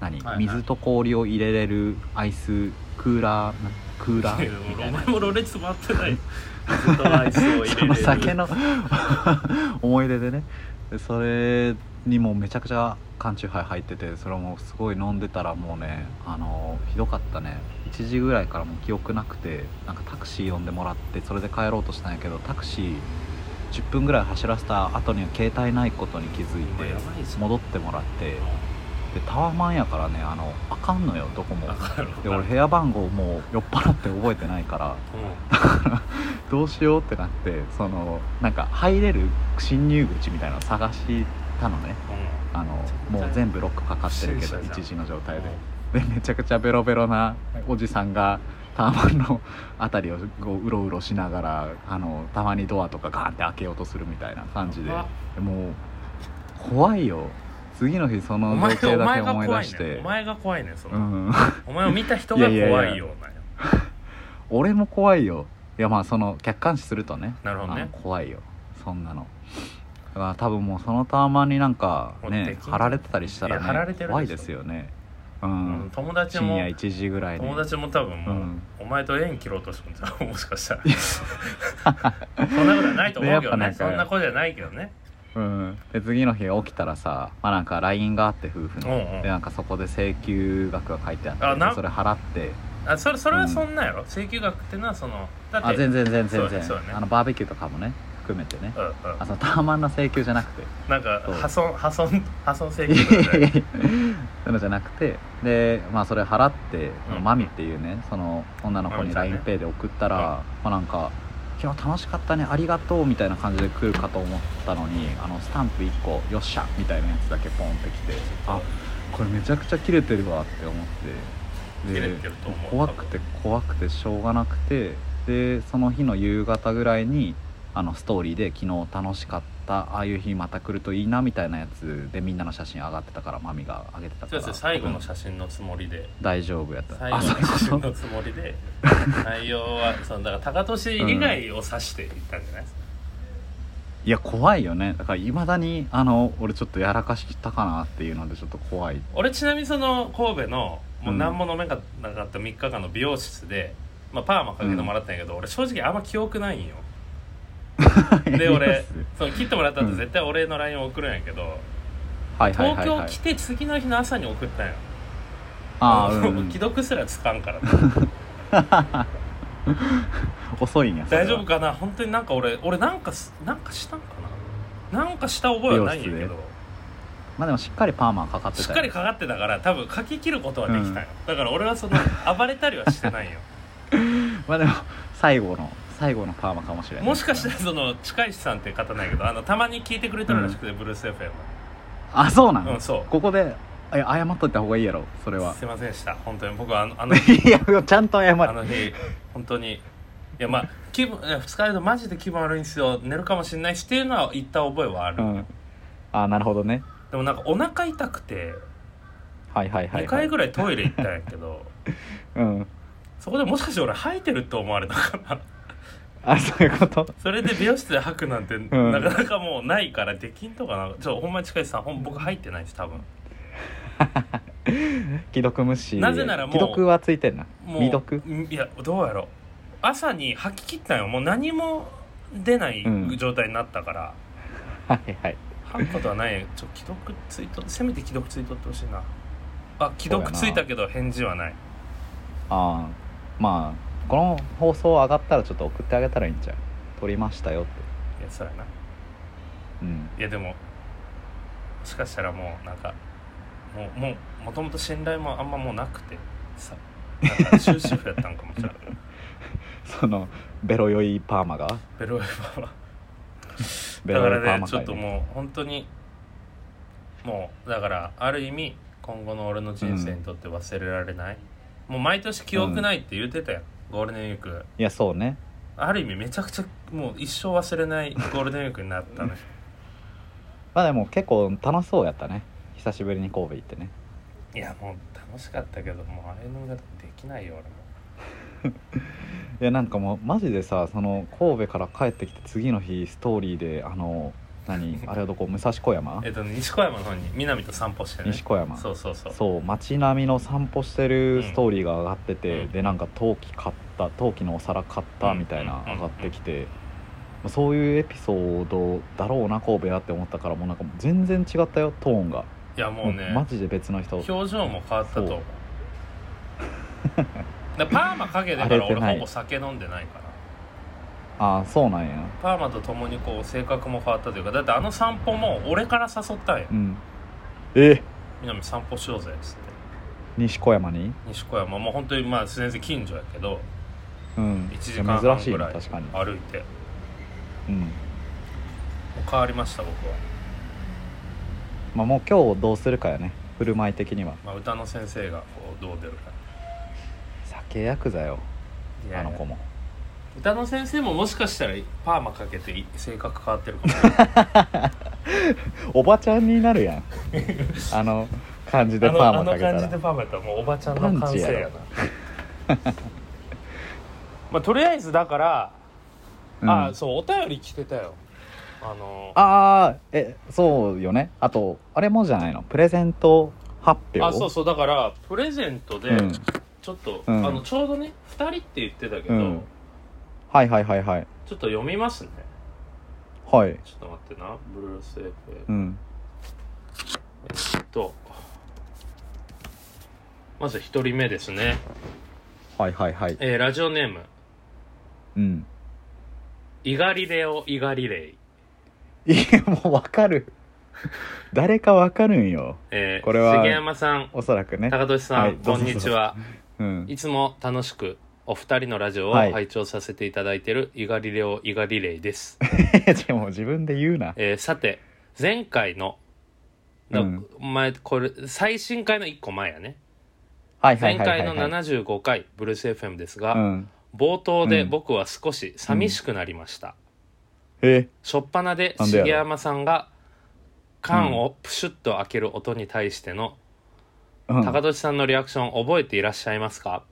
何、
はいはい
水と氷を入れれるアイスクーラークーラ
いや
ーみた
お
いな
前もろれつ回ってないよずっとアイスを入れれ
そ
る
の酒の 思い出でねでそれにもうめちゃくちゃ缶チューハイ入っててそれもすごい飲んでたらもうねあのひどかったね1時ぐらいからもう記憶なくてなんかタクシー呼んでもらってそれで帰ろうとしたんやけどタクシー10分ぐらい走らせた後には携帯ないことに気づい
お前やば
て
いじゃん
戻ってもらって
うん
でタワマンやからねあのあかんのよどこも
わかるわかる
で俺部屋番号もう酔っ払って覚えてないから
う
どうしようってなってそのなんか入れる侵入口みたいなのを探したの
ん
ね
うん
あのもう全部ロックかかってるけ
不審
ど
者じゃん
一時の状態ででめちゃくちゃベロベロなおじさんがタワマンの辺りをこううろうろしながらあのたまにドアとかガーンって開けようとするみたいな感じで
あ
もう怖いよ次の日そ
お
の
前
情景
お
だけ
前が
思い
怖
出
い
し
ね
て
んお前が怖いねんそうの、
ん
お前を見た人が怖いようない
やいやい
よ
や俺も怖いよいやまあその客観視するとね
なるほどね
あの怖いよそんなのだから多分もうそのタワマンになんか
もうで
ね
きん
貼られてたりした
いや貼ら
ら
れ
ね
てるでしょ
怖いですよねうん、
うん友達
深
も
夜1時ぐらいに
友達も多分もう、
うん
お前と縁切ろうとしてるんじゃんもし かしたらそんなことはないと思うけど
でや
ね
っぱ
そ
なんか
んなことじゃないけどね
うん、で次の日起きたらさまあなんか LINE があって夫婦の、
うんうん
でなんかそこで請求額が書いてあって
あな
でそれ払って
あそれそれはそんなんやろ、請求額ってのはそのだって
あ全然全然
そう
全
だね
然、
そうだね
あのバーベキューとかもね含めてね
うんうん、
あそのタワマンの請求じゃなくて
なんか
そう
破損破損破損請
いや
求
いや
とか
いや
で
そういうのじゃなくてでまあそれ払って、
うん
マミっていうねその女の子に
マミさんね
LINEPay で送ったら、まあなんか「今日楽しかったねありがとう」みたいな感じで来るかと思ったのにあのスタンプ1個「よっしゃ」みたいなやつだけポンってきてあこれめちゃくちゃ切れてるわって思って
切れ
で
てると思う
怖くて怖くてしょうがなくてでその日の夕方ぐらいにあのストーリーで「昨日楽しかったああいう日また来るといいな」みたいなやつでみんなの写真上がってたからマミが上げてた
そ
か
うで
ら
す最後の写真のつもりで
大丈夫やった
最後の
そういう
写真
こと
のつもり で内容はそのだから高利以外を指していったんじゃない、
いや怖いよねだからいまだにあの俺ちょっとやらかしたかなっていうのでちょっと怖い
俺ちなみにその神戸のもううん何も飲めなかった3日間の美容室で、まあ、パーマかけてもらったんやけど、俺正直あんま記憶ないん よで俺その切ってもらった後
うん
絶対お礼の LINE を送るんやけど、
はいはいは
東
い、
京
はい、
来て次の日の朝に送ったんよ、
あー、
も
う
うん 既読すらつかんからね
遅いんやそれは
大丈夫かな本当になんか俺俺なんかすなんかしたんかななんかした覚えはないんやけ
美
ど
容まあでもしっかりパーマかかってた
し
よ
っかりかかってたから多分書き切ることはできたよ、だから俺はその 暴れたりはしてないよ
まあでも最後の最後のパーマかもしれない
もしかしたらその近石さんって方なんやけどあのたまに聞いてくれてるらしくて、ブルース FM
あそうなの、
うんそう
ここでえ謝っといた方がいいやろそれは
すいませんでした本当に僕はあのあの日
いやちゃんと謝
あ
る
の日本当にいやまあ気分いや二日酔いでマジで気分悪いんですよ寝るかもしれないしっていうのは言った覚えはある、
うんあなるほどね
でもなんかお腹痛くて
はいはいはい、
2
はい
回ぐらいトイレ行ったんやけど
うん
そこでもしかして俺吐いてると思われたかな
あそういうこと
それで美容室で吐くなんて、
ん
なかなかもうないからできんとかなちょほんまに近いさんほん僕入ってないです多分
既読無視
なぜならもう
既読はついてんな
もう
未読
んいやどうやろう朝に吐き切ったんよもう何も出ない
うん
状態になったから、
はいはい
吐くことはないちょ既読ついとせめて既読ついとってほしいなあ既読ついたけど返事はない
ああまあこの放送上がったらちょっと送ってあげたらいいんちゃう撮りましたよって
いやそうやな
うん
いやでももしかしたらもうなんかもうもうもともと信頼もあんまもうなくてさなんか終止符やったんかもしれない
そのベロ酔いパーマが
ベロエバは
ベ
だか
ロ酔いパ
ら
ー
ね
マ
ちょ
界
っと
ね
もう本当にもうだからある意味今後の俺の人生にとって忘れられない、もう毎年記憶ないって言ってたやん、ゴールデンウィーク
いやそうね
ある意味めちゃくちゃもう一生忘れないゴールデンウィークになったね
まあでも結構楽しそうやったね久しぶりに神戸行ってね
いやもう楽しかったけどもうあれ飲み方できないよ俺も
いやなんかもうマジでさその神戸から帰ってきて次の日ストーリーであの何あれはどこ武蔵小山
えっとね西小山の方に南と散歩してね
西小山
そうそうそう
そう街並みの散歩してるストーリーが上がってて、
うん
でなんか陶器買った陶器のお皿買ったみたいな
うん
上がってきて、まあそういうエピソードだろうな神戸やって思ったからもうなんかもう全然違ったよトーンが
いやもう
もうマ
ね
ジで別の人
表情も変わったと思
そう
でパーマかけてから
荒れてない
俺ほぼ酒飲んでないから
ああそうなんや
パーマとともにこう性格も変わったというかだってあの散歩も俺から誘ったんよ
うんえ
南散歩しようぜっつって
西小山に
西小山もう本当にまあ全然近所やけど
うん
1時間半ぐらい
珍しいな確かに
歩いても
うん
う変わりました僕は、
まあもう今日どうするかやね振る舞い的には
まあ、歌の先生がこうどう出るか
酒ヤクザよ
いや
あ
いや
の子も
歌の先生ももしかしたらパーマかけて性格変わってるかもしれない
おばちゃんにな るやんあの感じでパーマかけた
あのあの感じで
ら
パーマやったらもうおばちゃんの
パン
完成
チや
や
ろ
な まあとりあえずだから、
うん
あそうお便り来てたよあの
ああえそうよねあとあれもじゃないのプレゼント発表
あそうそうだからプレゼントで
うん
ちょっと、
うん
あのちょうどね2人って言ってたけど、
うんはいはいはいはい
ちょっと読みますね
はい
ちょっと待ってなブルース F
うん
とまず1人目ですね、
はいはいはい
えーラジオネーム
うん
イガリレオイガリレイ、
いやもうわかる誰かわかるんよ
えー
これは
杉山さん
おそらくね
高俊さん、
はいどう
こん
ぞ
にちは
うん
いつも楽しくお二人のラジオを
はい
拝聴させていただいているイガリレオイガリレイです、
でもう自分で言うな
えーさて前回のの
うん
前これ最新回の1個前やね
はいはい
前
はいはい
回の
はい
75回ブルース FM です
う
が
ん
冒頭で
うん
僕は少し寂しくなりました
え
初っ端で
なんでやろ
重山さんが缶をプシュッと開ける音に対しての
うん
高俊さんのリアクション覚えていらっしゃいますか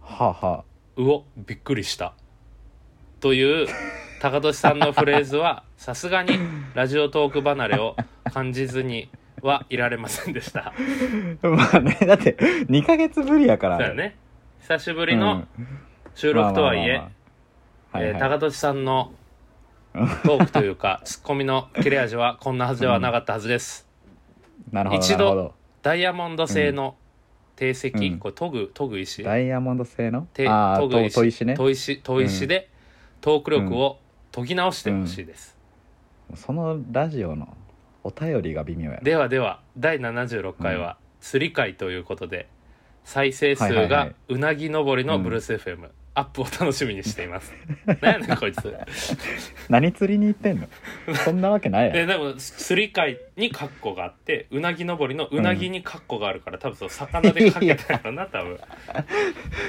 はあは
うおびっくりしたという高俊さんのフレーズ はさすがにラジオトーク離れを感じずにはいられませんでした
あまあねだって2ヶ月ぶりやから
そうやね久しぶりの収
収
録とはいええー
え
高俊さんのトークという かツッコミの切れ味はこんなはずではなかったはずです、
なるほど
一
な
度
るほど
ダイヤモンド製の定石、
うん
これ研ぐ研ぐ石
ダイヤモンド製の
て
あ
研
あ
ぐ石
と砥石ね
砥石砥石で、トーク力を研ぎ直してほしいです、
そのラジオのお便りが微妙やろ
ではでは第76回は釣り会ということで、再生数
はいはいは
が
いう
なぎ登りの
うん
ブルース FM、アップを楽しみにしてい ますなんやねんこいつ
何釣りに行っ てんのそんなわけないや
で
ろ
でも釣り会にカッコがあってうなぎ登りのうなぎにカッコがあるから多分その魚でかけたんやろ な多分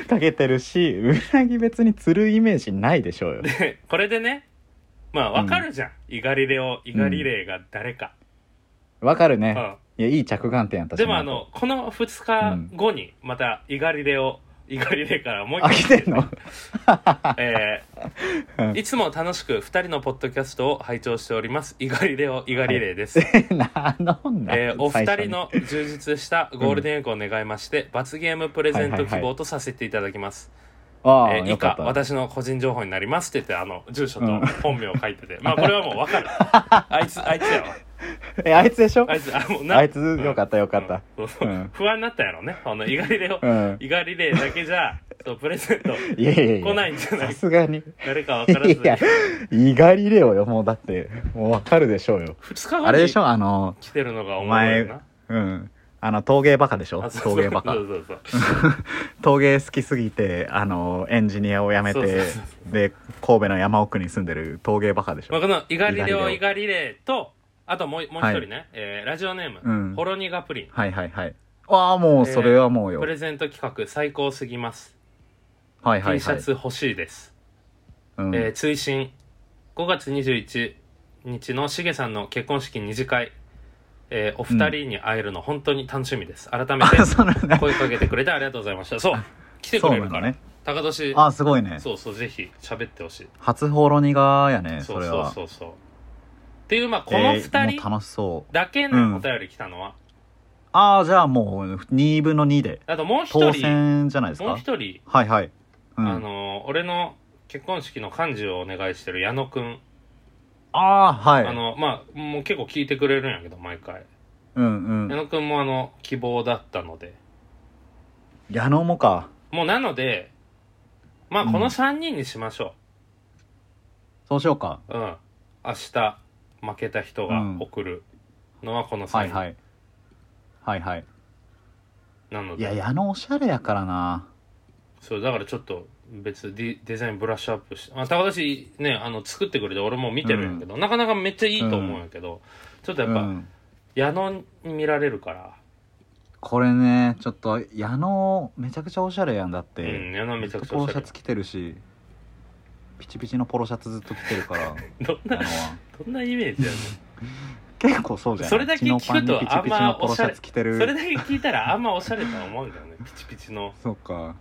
かけてるしうなぎ別に釣るイメージないでしょうよ
でこれでねまあわかるじゃん、イガリレオイガリレイが誰か、
わかる
うん
ねいやいい着眼点やった
でもあのこの2日後にまたイガリレを、イガリレからもう
あ来
一
て
回、
んの
え
う
ー、
ん
いつも楽しく2人のポッドキャストを拝聴しておりますイガリレオイガリレです、
なんだほんな
えーお二
最初
人
に
の充実したゴールデンウィークを願いまして、罰ゲームプレゼント希望とさせていただきます、
ああ、
えー以
よかっ
下
た
私の個人情報になりますって言ってあの住所と
うん
本名を書いてて、まあこれは もう分かるあいつあいつやわ
えあいつでしょ
あいつあもうな
あいつよかったよかった
うんそうそう
うん
不安になったやろねあのイガリレオ
うん
イガリレーだけじゃそうプレゼント
いやいやいや
来ないんじゃな
さ
い
すがに
誰か分からず
い
に
や意外レオよもうだってもうわかるでしょうよ
2日
あれでし
後に
ょあの
来てるのがお前な
うんあの陶芸バカでしょ
あそう
陶芸バカ
そうそうそう
陶芸好きすぎてあのエンジニアを辞め
そうそう
て
そう
で神戸の山奥に住んでる陶芸バカでし
まあ、
ょ
このイガリレオイ
イ
ガリレーとあともうもう一人ね、えーラジオネーム、
うん
ホロニガプリン
はいはいはいああもうそれはもうよ
プレゼント企画最高すぎます、
はいはい
T シ
は
ャ
い
ツ欲しいです、
うん
えー追伸5月21日のしげさんの結婚式二次会、えーお二人に会えるの本当に楽しみです改めて
あそうなん だ
声かけてくれてありがとうございましたそう来てく
そう
れ
な
るか
の
ら、
ね
高年
あすごいね
そうそうぜひ喋ってほしい
初ほろ苦やね
そ
そうれ
そう
は
そうそうっていうまあこの
えー
2
もう
人
楽しそう
だけ
うん
のお便り来たのは、
ああじゃあもう2分の2で
あともう1
当
人
選じゃないです
もう
か
一人、
はいはいうん
あの俺の結婚式の幹事をお願いしてる矢野くん、
ああはい
あのまあもう結構聞いてくれるんやけど毎回、
うんうん
矢野くんもあの希望だったので
矢野もか
もうなのでまあ
うん
この3人にしましょ
そうしようか
ううん、明日負けた人が送るのはこの
は
3
い
人、
はいはいはい
なの
い
で
や矢野おしゃれやからな
そうだからちょっと別デデザインブラッシュアップしてあ高田氏ねあの作ってくれて俺も見てるんやけど、なかなかめっちゃいいと思うんやけど、ちょっとやっぱ、
うん
矢野に見られるから、
これねちょっと矢野めちゃくちゃおしゃれやんだ
う
っ
ん
て
矢野めち
ず
ゃ
っ
く
と
ちゃ
ポ
お
ロ
し
シ
ゃ
ャ
れ
ツ着てるしピチピチのポロシャツずっと着てるか
ど
ら
ん
矢野
な
は
どんなイメージやね
結構そうじゃない
それだけ聞くと
チノパンにピチピチのポロシャツ着てる
それだけ聞いたらあんまおしゃれとは思うんだよねピチピチの
そうか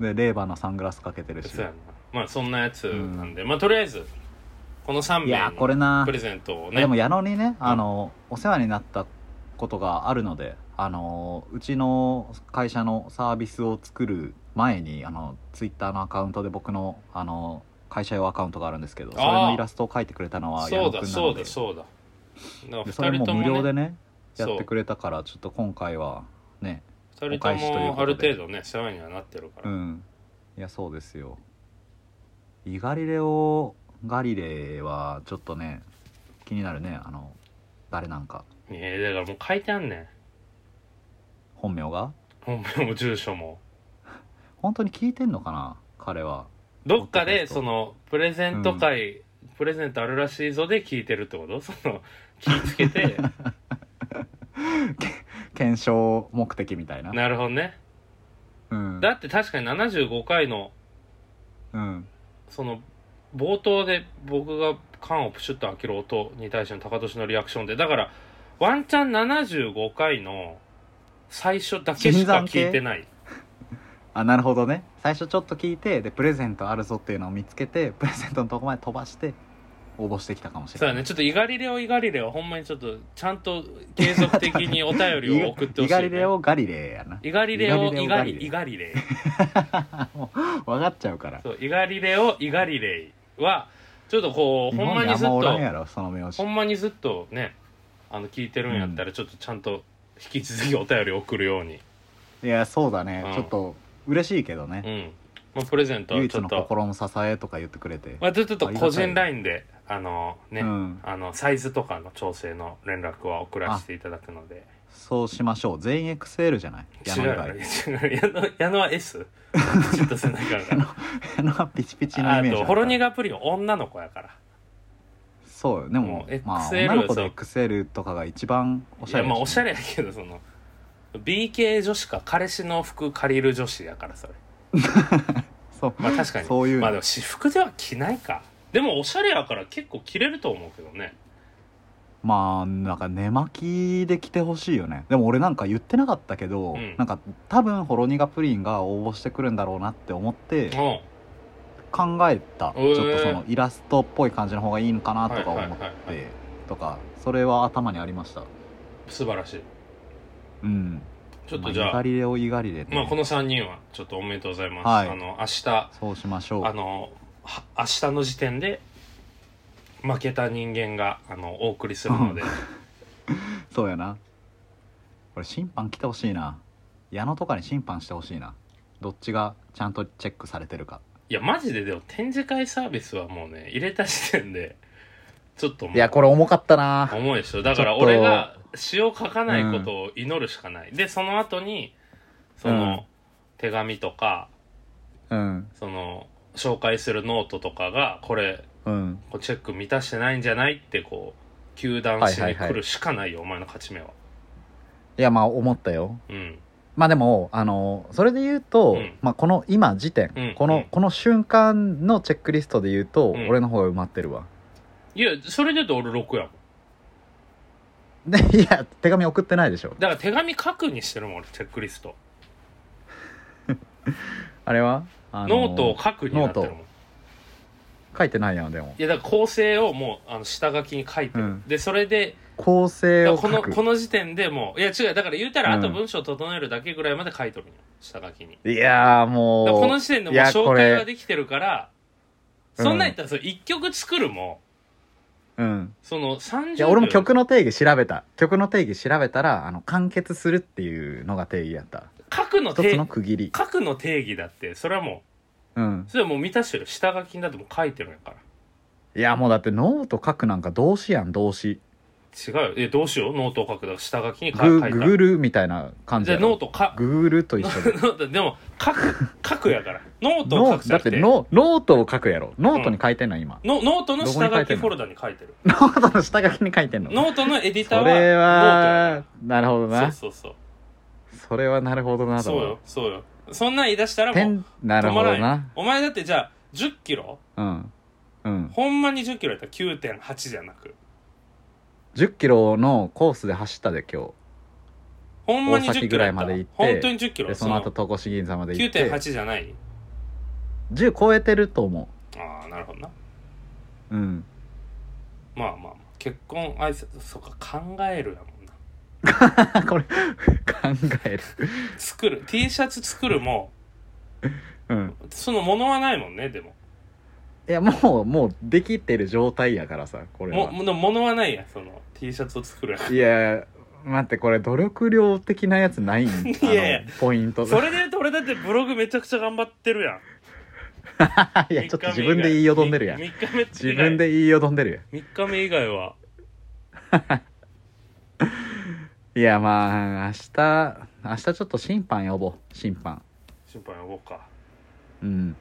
でレーバーのサングラスかけてるし
そうやなまあそんなやつなんで、まあとりあえずこの3
い
名
や
に
これな
プレゼントをね
でも矢野にねあの、お世話になったことがあるのであのうちの会社のサービスを作る前にあのツイッターのアカウントで僕のあの会社用アカウントがあるんですけどそれのイラストを描いてくれたのは矢
そ
野
うだ
くんな
そ
の
う
で
だそうだだ
で
か
そ
ら
れ
2人と
も無料
も
で
ね
ねや
そう
ってくれたからちょっと今回はね
2人
お
と
返しという
もあ
こ
る
とで
程度ね世話にはなってるから、
うんいやそうですよイガリレオ・ガリレイはちょっとね気になるねあの誰なんか
えだからもう書いてあんねん
本名が
本名も住所も
本当に聞いてんのかな彼は
どっかで
ポッドキャスト
そのプレゼント会、プレゼントあるらしいぞで聞いてるってことその気ぃつけ て
検証目的みたいな
なるほどね
うん
だって確かに75回の
うん
その冒頭で僕が缶をプシュッと開ける音に対しての高年のリアクションでだからワンチャン75回の最初だけしか聞いてない
あなるほどね最初ちょっと聞いてでプレゼントあるぞっていうのを見つけて プレゼントのとこまで飛ばして応募してきたかも
そ
し
う
れ
だ
ない
ねちょっとイガリレオイガリレオほんまにちょっとちゃんと継続的にお便りを送ってほ
イ
しい、ね
ガ、リレオ・ガリレイやな
イガリレオイ
イ
ガ
ガ
リ
リレオ
イガリレイ
もう分かっちゃうから
そうイガリレオイガリレイはちょっとこう
日
ほん
本
ま
に
に
あん
ずっ
まおらん
と
やろその名字
ほんまにずっとねあの聞いてるんやったらちょっとちゃんと引き続きお便り送るように
いやそうだね、
うん
ちょっと嬉しいけど
う
ね、
ん、まあ、プレゼント
唯
は
一
ちょっ
の
と、
心の支えとか言ってくれて、
まあ、ちょっと
ありがた
個
い
人ラインであのね、
うん
あのサイズとかの調整の連絡は送らせていただくので
そうしましょう全員 XL じゃない
違
矢野以
う
外
違 う矢野矢野は S ちょっと背中が
矢野はピチピチのイ
あ
メージ
と
だ
ホ
か
ロ
ら
ニガプリンは女の子やから
そうよで
も
も
う XL
まあ女の子
そう
で XL とかが一番お
い
しゃ
や
れ
まあお
で
し
しょ
ゃれやけどその BK 女子か彼氏の服借りる女子やからそれ
そう
まあ確かに
そういうの
まあでも私服では着ないかでもおしゃれやから結構着れると思うけどね
まあなんか寝巻きで来てほしいよねでも俺なんか言ってなかったけど、
うん
なんか多分ホロニガプリンが応募してくるんだろうなって思って
おう
考え
へ
た、
ー
ちょっとそのイラストっぽい感じの方がいいのかなとか
はいはい
思っ
はいはい
てとかそれは頭にありました
素晴らしい
うん
ちょっとじゃあ、
ま
ま
あ、
あ
イガリレオイガリレで、
この3人はちょっとおめでとうございます、
はい
あの明日
そうしましょう
あのは明日の時点で負けた人間があのお送りするので
そうやなこれ審判来てほしいな矢野とかに審判してほしいなどっちがちゃんとチェックされてるか
いやマジででも展示会サービスはもうね入れた時点でちょっともう
いやこれ重かったな
重いでしょだから
ちょっと
俺が詩を書かないことを祈るしかない、でその後にその、
うん
手紙とか
うん
その紹介するノートとかがこれ
うん
こうチェック満たしてないんじゃないってこう球団誌
は
に
いはいは
来
い
るしかないよ、お前の勝ち目は。
いやまあ思ったよ
うん
まあでもあのそれで言う
う
と、
ん
まあ、この今時点、
うん
この、
うん
この瞬間のチェックリストで言うと、
うん
俺の方が埋まってるわ
いやそれで言うと俺6やもん
でいや手紙送ってないでしょ
だから手紙書くにしてるもん俺チェックリスト
あれはあの
ノートを書くになってるもん
書いてないやんでも
いやだから構成をもうあの下書きに書いてる、
うん
でそれで
構成を
こ
書
の
く
この時点でもういや違うだから言うたら
う
あ
ん
と文章整えるだけぐらいまで書いとるんよ下書きに
いやーも
だ
う
からこの時点でもうい
や
紹
こ
介
れ
はできてるから
うん
そんなん言ったらそれ1曲作るも
うん
その30
いや俺も
秒
曲の定義調べた曲の定義調べたらあの完結するっていうのが定義やった
書くの
一つ
定
の
義
区切り
書くの定義だってそれはも
うん
うそれはもう満たしてる下書きにだってもう書いてるんやから
いやもうだってノート書くなんか動詞やん動詞
違うよえどうしようノートを書くだから下書きに書
グ
書い
グ
てある
グルみたいな感
じ
じ
ゃ
や
あノ
ろ
ートか
ググルと一緒で
ノートでも書く書くやからノートを書
ノ
く
ー
じゃな
だっ
く
て
て
ノノートを書くやろノートに書いてんの今、
ノノートの下
どこに書
書
い
き
てんの
フォルダに書いてる
ノートの下書きに書いてんの
ノートのエディター
そ
は
れ
ノー
はなるほど
トやから
なそ
そうそう
れはなるほどな
そうそうよそうよそんなん言い出したら
て
もうん
なる
止ま
ほ
ら
ど
んよ
な
お前だってじゃあ1 0キロ
うんうん
ほんまに1 0キロやったら9.8じゃなく
1 0キロのコースで走ったで今日
ほんまに1
大
0
崎
キ
ぐ
ロ
ら
や
い
った
まで行って
本当に1 0キロ
でその後戸越銀座まで行って
9.8じゃない
10超えてると思
ああなるほどな
ううん
まあまあまあ結婚挨拶そうか考えるやもんな
これ考える
作る T シャツ作るも
うん
そのものはないもんねでも
いやもうもうできてる状態やからさこれ
も
は
もでものはないやんその T シャツを作るやん
いや待ってこれ努力量的なやつないん
や いや
あのポイント
それで言うと俺だってブログめちゃくちゃ頑張ってるやん
いやちょっと自分で言いよどんでるやん
3日目以外
自分で言いよどんでる
3日目以外は
やんいやまあ明日明日ちょっと審判呼ぼう審判
審判呼ぼうか
うん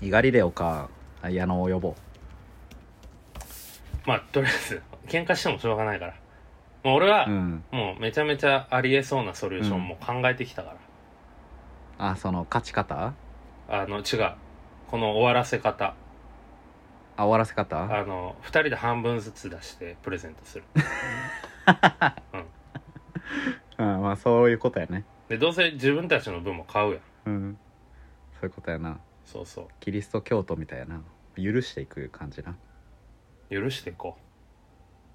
イガリレオか矢野を呼ぼう
まあとりあえず喧嘩してもしょうがないからもう俺は、
うん
もうめちゃめちゃありえそうなソリューションも考えてきたから、
あその勝ち方
あの違うこの終わらせ方
あ終わらせ方
あの2人で半分ずつ出してプレゼントする
うんまあそういうことやね
でどうせ自分たちの分も買うやん
うんそういうことやな
そうそう
キリスト教徒みたいな許していく感じな
許していこ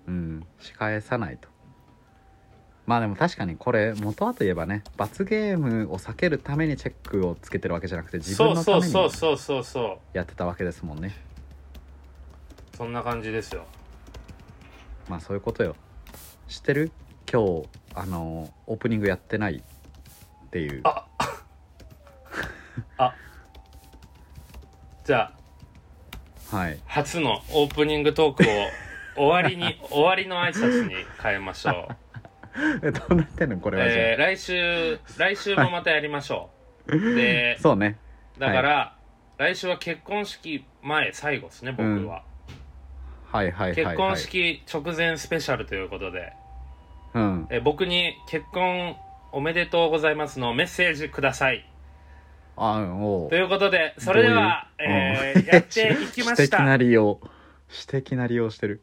うん仕返さないとまあでも確かにこれ元はといえばね罰ゲームを避けるためにチェックをつけてるわけじゃなくて
う
自
そ
分
う
の
そ
た
う
めに
そうそうそうそ
やってたわけですもんね
うそんな感じですよ
まあそういうことよ知ってる今日あのーオープニングやってないっていう
あじゃあ
はい
初のオープニングトークを終わり に終わりの挨拶に変えましょう、
えどうなってんのこれはじゃあ、
えー来週来週もまたやりましょうで
そうね
だから、来週は結婚式前最後ですね僕は、
はいはいはい、はい、
結婚式直前スペシャルということで、
うん
え僕に結婚おめでとうございますのメッセージください
あうんおう
ということでそれでは
どういう
え ーやっていきまし
私的な
た
利用私的な利用してる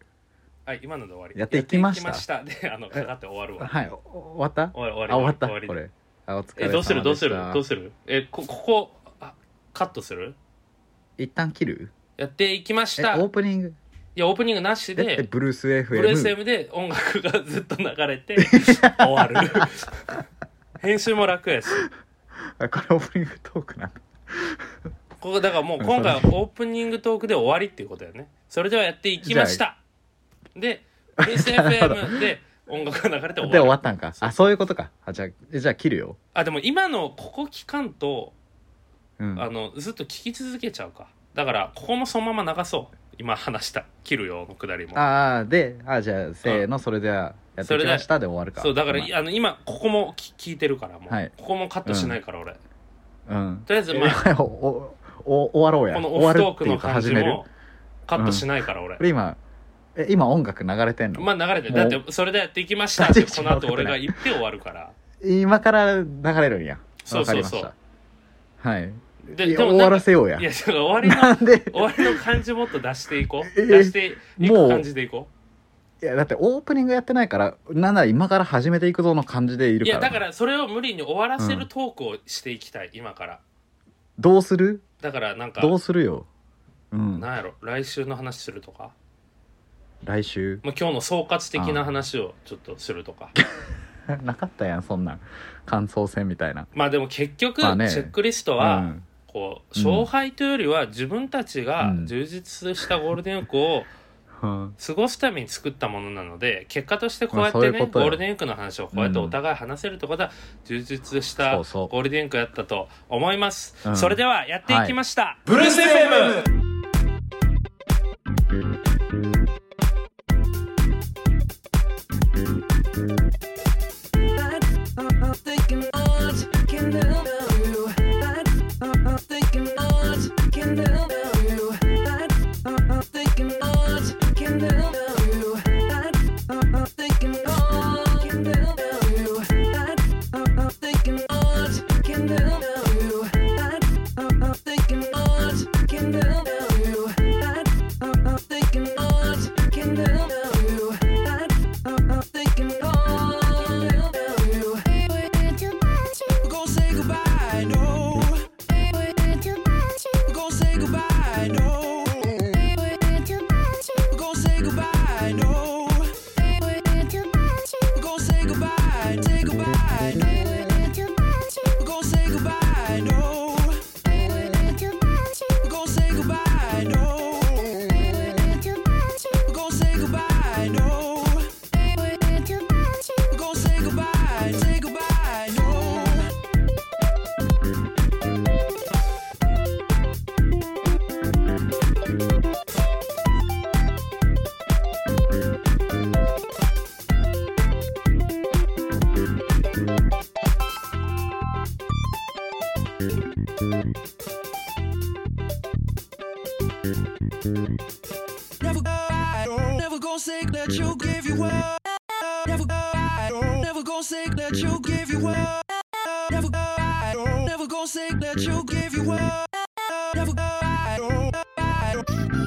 はい今ので終わり
やっていきました
やっていきましたであのかかって終わるわ
はいお 終わった
終わり
あ終わった
終わり
これあお疲れ様でした
えどうするどうするどうするえこここあカットする
一旦切る
やっていきまし
えオ
た
ー
い
プニング
やオープニングなし
え
で
ブルース FM
ブルース M で音楽がずっと流れ て終わる編集も楽やし
あこれオープニングトークなんだ
ここだからもう今回はオープニングトークで終わりっていうことだよねそれではやっていきましたでブルース FM で音楽が流れて終わる
で終わったんかあそういうことかあじゃあえじゃあ切るよ
あでも今のここ期間と
うん
あのずっと聞き続けちゃうかだからここもそのまま流そう今話した「切るよ」のくだりも
ああであじゃあせーのそれではやっていきましたで終わるか
そうだから
ま
あの今ここもき聞いてるからもう、
はい
ここもカットしないから俺、
あうん
とりあえずまあ
えおおお終わろうや
この
終
オ
わ
フ
る
トー
って
ク
い
の
うか
感
始
じ
める
もカットしないから俺、
これ今え今音楽流れてんの、
まあ流れて
も
だ
う
ってそれでやっていきました って
立ち位
こ
置
の後
分かって
俺
な
が
い
言って終わるから
今から流れるんや
そうそうそう
わかりましたはい
で
い
で
や
も
終
な
わ
んから
せようや
いやだから終 わりの
なんで
終わりの感じもっと出していこ
え
う出してい
も
く
う
感じでいこう
いやだってオープニングやってないからなんなら今から始めていくぞの感じでいる
い
から
やだからそれを無理に終わらせ
う
る
ん
トークをしていきたい、今から
どうする
だからなんか
どうするようん
なんやろ来週の話するとか、
来週
まあ、今日の総括的な話をちょっとするとか
なかったやんそんなん感想戦みたいな
まあでも結局チ
ま
ェ
あね
ックリスト
う
は
ん
こう
うん
勝敗というよりは自分たちが
うん
充実したゴールデンウィークを
うん
過ごすために作ったものなので結果としてこうやって
ま
ね
あそういうこと
ゴ
よ
ールデンウィークの話をこうやってお互い話せるってことは充実した
そ
ゴ
うそう
ールデンウィークやったと思います
うん
それではやっていきました、
ブルース FM!
We're gonna say goodbye, no. We're gonna say goodbye, no. We're gonna say goodbye, no. We're gonna say goodbye, say goodbye, no. We're gonna say goodbye, no. We're gonna say goodbye, no. We're gonna say goodbye, no. We're gonna say goodbye, say goodbye, no. Never I don't never gonna say that you give you up. Never I don't never gonna say that you give you up. Never I don't never gonna say that you give you up. Never I don't I don't